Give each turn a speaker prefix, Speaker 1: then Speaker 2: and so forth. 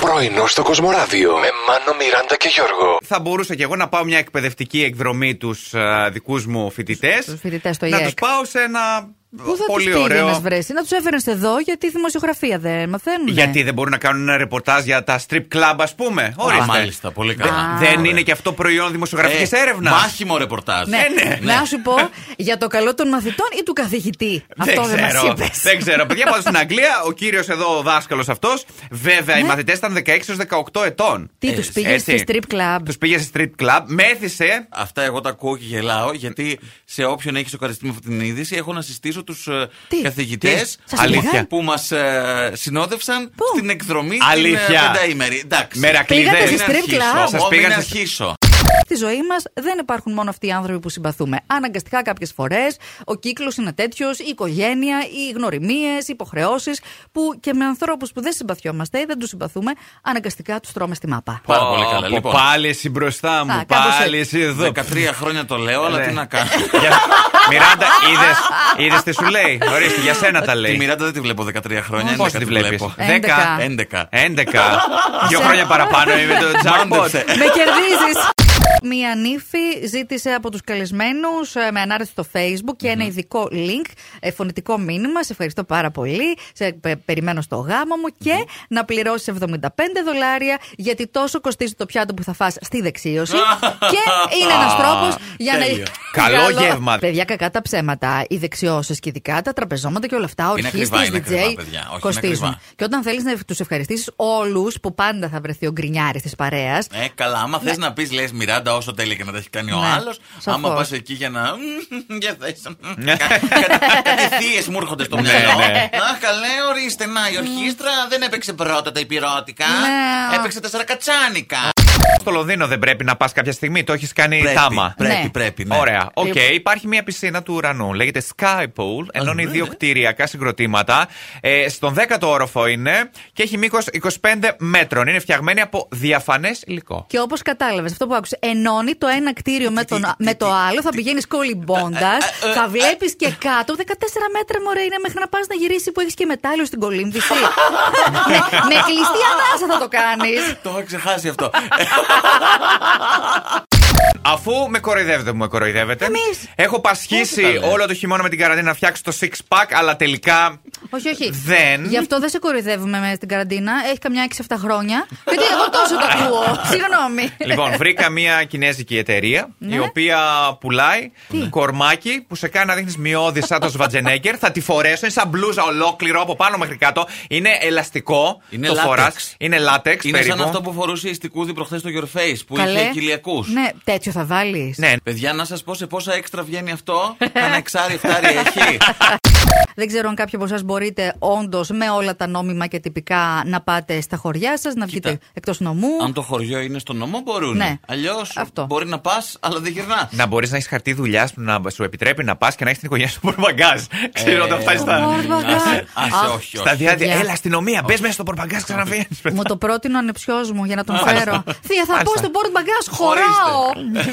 Speaker 1: Πρωινό στο Κοσμοράδιο με Μάνο, Μιράντα και Γιώργο.
Speaker 2: Θα μπορούσα και εγώ να πάω μια εκπαιδευτική εκδρομή τους δικούς μου φοιτητές.
Speaker 3: Τους φοιτητές στο
Speaker 2: Να
Speaker 3: ΙΕΚ.
Speaker 2: τους πάω σε ένα
Speaker 3: Πού θα
Speaker 2: πολύ
Speaker 3: τους πήγαινες,
Speaker 2: ωραίο.
Speaker 3: βρε, Ναι. εσύ, να τους έφερες εδώ γιατί δημοσιογραφία δεν μαθαίνουν.
Speaker 2: Γιατί δεν μπορούν να κάνουν ένα ρεπορτάζ για τα strip club, ας πούμε. Ορίστε.
Speaker 4: Α, μάλιστα, πολύ καλά.
Speaker 2: Δεν
Speaker 4: Ωραία.
Speaker 2: είναι και αυτό προϊόν δημοσιογραφικής
Speaker 4: Ε,
Speaker 2: έρευνας.
Speaker 4: Μάχημο ρεπορτάζ.
Speaker 3: Ναι.
Speaker 2: Ε, ναι.
Speaker 3: Να σου πω για το καλό των μαθητών ή του καθηγητή. Αυτό δεν μας
Speaker 2: ξέρω.
Speaker 3: είπες.
Speaker 2: δεν ξέρω. Παιδιά, πάντω στην Αγγλία, ο κύριος εδώ, ο δάσκαλος αυτός, βέβαια, οι
Speaker 3: Ναι.
Speaker 2: μαθητές ήταν 16 έω 18 ετών.
Speaker 3: Τι τους πήγες στη strip club.
Speaker 2: Τους πήγες σε strip club, μέθησε.
Speaker 4: Αυτά εγώ τα ακούω και γελάω, γιατί σε όποιον έχεις σοκαριστεί με αυτή την είδηση, έχω να συστήσω του
Speaker 3: Τι?
Speaker 4: καθηγητές
Speaker 2: Τι?
Speaker 3: Σας πήγαν?
Speaker 4: που μας συνόδευσαν
Speaker 3: Πού?
Speaker 4: στην εκδρομή την
Speaker 2: Αλήθεια.
Speaker 4: ε, πενταήμερη. Εντάξει.
Speaker 2: Μερακλείδες.
Speaker 3: Πήγατε
Speaker 4: Μην
Speaker 3: σε strip
Speaker 4: αρχίσω.
Speaker 3: club?
Speaker 2: Σας
Speaker 4: Εγώ μην
Speaker 2: πήγαν σε-
Speaker 4: αρχίσω.
Speaker 3: Στη ζωή μας δεν υπάρχουν μόνο αυτοί οι άνθρωποι που συμπαθούμε. Αναγκαστικά κάποιες φορές ο κύκλος είναι τέτοιος, η οικογένεια, οι γνωριμίες, οι υποχρεώσεις που και με ανθρώπους που δεν συμπαθιόμαστε ή δεν τους συμπαθούμε, αναγκαστικά τους τρώμε στη μάπα.
Speaker 4: Πάρα πολύ καλά.
Speaker 2: Πω, πω,
Speaker 4: Λοιπόν,
Speaker 2: Πάλι εσύ μπροστά μου,
Speaker 3: Α, κάπως
Speaker 2: πάλι
Speaker 3: έτσι.
Speaker 2: εσύ εδώ.
Speaker 4: 13 χρόνια το λέω,
Speaker 2: Ναι.
Speaker 4: αλλά τι να κάνω.
Speaker 2: Για- Μιράντα, είδες, είδες τι σου λέει. Ορίστε, για σένα τα
Speaker 4: Τη
Speaker 2: λέει.
Speaker 4: Μιράντα δεν τη βλέπω 13 χρόνια.
Speaker 2: Πώς
Speaker 4: 11
Speaker 2: τη βλέπεις.
Speaker 4: βλέπω.
Speaker 2: 10.
Speaker 4: 11.
Speaker 2: 11. Δύο χρόνια παραπάνω είμαι το jackpot.
Speaker 4: Μάντεψε.
Speaker 3: με κερδίζεις! Μία νύφη ζήτησε από τους καλεσμένους με ανάρτηση στο Facebook και ένα ειδικό link, ε, φωνητικό μήνυμα. Σε ευχαριστώ πάρα πολύ. Σε πε- περιμένω στο γάμο μου και να πληρώσεις 75 δολάρια γιατί τόσο κοστίζει το πιάτο που θα φας στη δεξίωση. και είναι ένας
Speaker 4: Α,
Speaker 3: τρόπος για να.
Speaker 4: τέλειο.
Speaker 2: Καλό γεύμα.
Speaker 3: Παιδιά, κακά τα ψέματα. Οι δεξιώσεις και ειδικά τα τραπεζώματα και όλα αυτά. Ορχήστες,
Speaker 4: ακριβά,
Speaker 3: DJ
Speaker 4: είναι ακριβά, παιδιά. Όχι, είναι
Speaker 3: κοστίζουν.
Speaker 4: ακριβά.
Speaker 3: Και όταν θέλεις να τους ευχαριστήσεις όλους που πάντα θα βρεθεί ο γκρινιάρης της παρέας,
Speaker 4: Ε, καλά. Άμα θες να πεις, λες Μιράντα, όσο τέλεια και να τα έχει κάνει ο
Speaker 3: Ναι,
Speaker 4: άλλος, άμα
Speaker 3: σαφώς. Ναι.
Speaker 4: πας εκεί για να. Μμμ, Για θες. Κατευθείε μου έρχονται στο μυαλό.
Speaker 2: ναι.
Speaker 4: Αχ, καλέ, ορίστε. Να, η ορχήστρα δεν έπαιξε πρώτα τα υπηρώτικα.
Speaker 3: Ναι.
Speaker 4: Έπαιξε τεσσαρακατσάνικα.
Speaker 2: Στο Λονδίνο δεν πρέπει να πας κάποια στιγμή, το έχεις κάνει τάμα.
Speaker 4: πρέπει,
Speaker 3: Ναι.
Speaker 4: πρέπει. ναι.
Speaker 2: Ωραία. Οκ,
Speaker 3: Λοιπόν.
Speaker 2: υπάρχει μια πισίνα του ουρανού. Λέγεται Sky Pool. Ενώνει δύο
Speaker 4: ναι.
Speaker 2: κτηριακά συγκροτήματα. Ε, στον 10ο όροφο είναι και έχει μήκος 25 μέτρων. Είναι φτιαγμένη από διαφανές υλικό.
Speaker 3: Και όπως κατάλαβες, αυτό που άκουσες, ενώνει το ένα κτίριο με, τον, με το άλλο, θα πηγαίνει κολυμπώντα,
Speaker 4: Ε,
Speaker 3: θα βλέπει και κάτω. 14 μέτρα μωρέ είναι μέχρι να πας να γυρίσεις που έχεις και μετάλλιο στην κολύμβηση. με, με κλειστή ανάσα θα το κάνεις.
Speaker 4: Το έχω ξεχάσει αυτό.
Speaker 2: Αφού με κοροϊδεύετε, μου κοροϊδεύετε.
Speaker 3: Εμείς.
Speaker 2: Έχω
Speaker 4: Πόσο
Speaker 2: πασχίσει
Speaker 4: τα λες.
Speaker 2: όλο το χειμώνα με την καραντίνα να φτιάξω το six pack, αλλά τελικά.
Speaker 3: όχι, όχι.
Speaker 2: Δεν.
Speaker 3: Γι' αυτό δεν σε κοροϊδεύουμε με στην καραντίνα. Έχει καμιά 6-7 χρόνια. Γιατί εγώ τόσο το ακούω. Συγγνώμη. Ε,
Speaker 2: λοιπόν, βρήκα μια κινέζικη εταιρεία
Speaker 3: Ναι.
Speaker 2: η οποία πουλάει κορμάκι που σε κάνει να δείχνεις μειώδη σαν το Σβατζενέγκερ. θα τη φορέσω, είναι σαν μπλούζα ολόκληρο από πάνω μέχρι κάτω. Είναι ελαστικό.
Speaker 4: Είναι
Speaker 2: το
Speaker 4: λάτεξ.
Speaker 2: φορά. Είναι λάτεξ.
Speaker 4: Είναι σαν
Speaker 2: περίπου.
Speaker 4: αυτό που φορούσε η Στικούδη προχθές στο Your Face που
Speaker 3: Καλέ.
Speaker 4: είχε κοιλιακού.
Speaker 3: Ναι, τέτοιο θα βάλεις.
Speaker 2: Ναι,
Speaker 4: Παιδιά, να σας πω σε πόσα έξτρα βγαίνει αυτό. Κάνα εξάρι, εφτάρι έχει.
Speaker 3: Δεν ξέρω αν κάποιοι από εσάς μπορείτε όντως με όλα τα νόμιμα και τυπικά να πάτε στα χωριά σας, να βγείτε
Speaker 4: Κοίτα.
Speaker 3: εκτός νομού.
Speaker 4: Αν το χωριό είναι στο νομό, μπορούν.
Speaker 3: Ναι.
Speaker 4: Αλλιώς
Speaker 3: Αυτό.
Speaker 4: μπορεί να πας, αλλά δεν γυρνάς.
Speaker 2: να μπορείς να έχεις χαρτί δουλειάς που να σου επιτρέπει να πας και να έχεις την οικογένεια σου πορμπαγκάζ.
Speaker 4: Ε,
Speaker 2: Ξέρω όταν φτάσει στα.
Speaker 3: Ωρ, βαγά.
Speaker 4: Άσε, άσε,
Speaker 3: Αχ,
Speaker 4: όχι,
Speaker 2: Στα
Speaker 4: όχι.
Speaker 2: διάδια.
Speaker 3: Παιδιά.
Speaker 2: Έλα, αστυνομία, μπες μέσα στο πορμπαγκάζ, ξαναβγαίνει.
Speaker 3: Μου το πρότεινε ο ανεψιός μου για να τον
Speaker 2: Μάλιστα.
Speaker 3: φέρω. Θεία, θα πω
Speaker 2: Μάλιστα.
Speaker 3: στον πόρτ μπαγκάζ,
Speaker 4: Χωρίστε.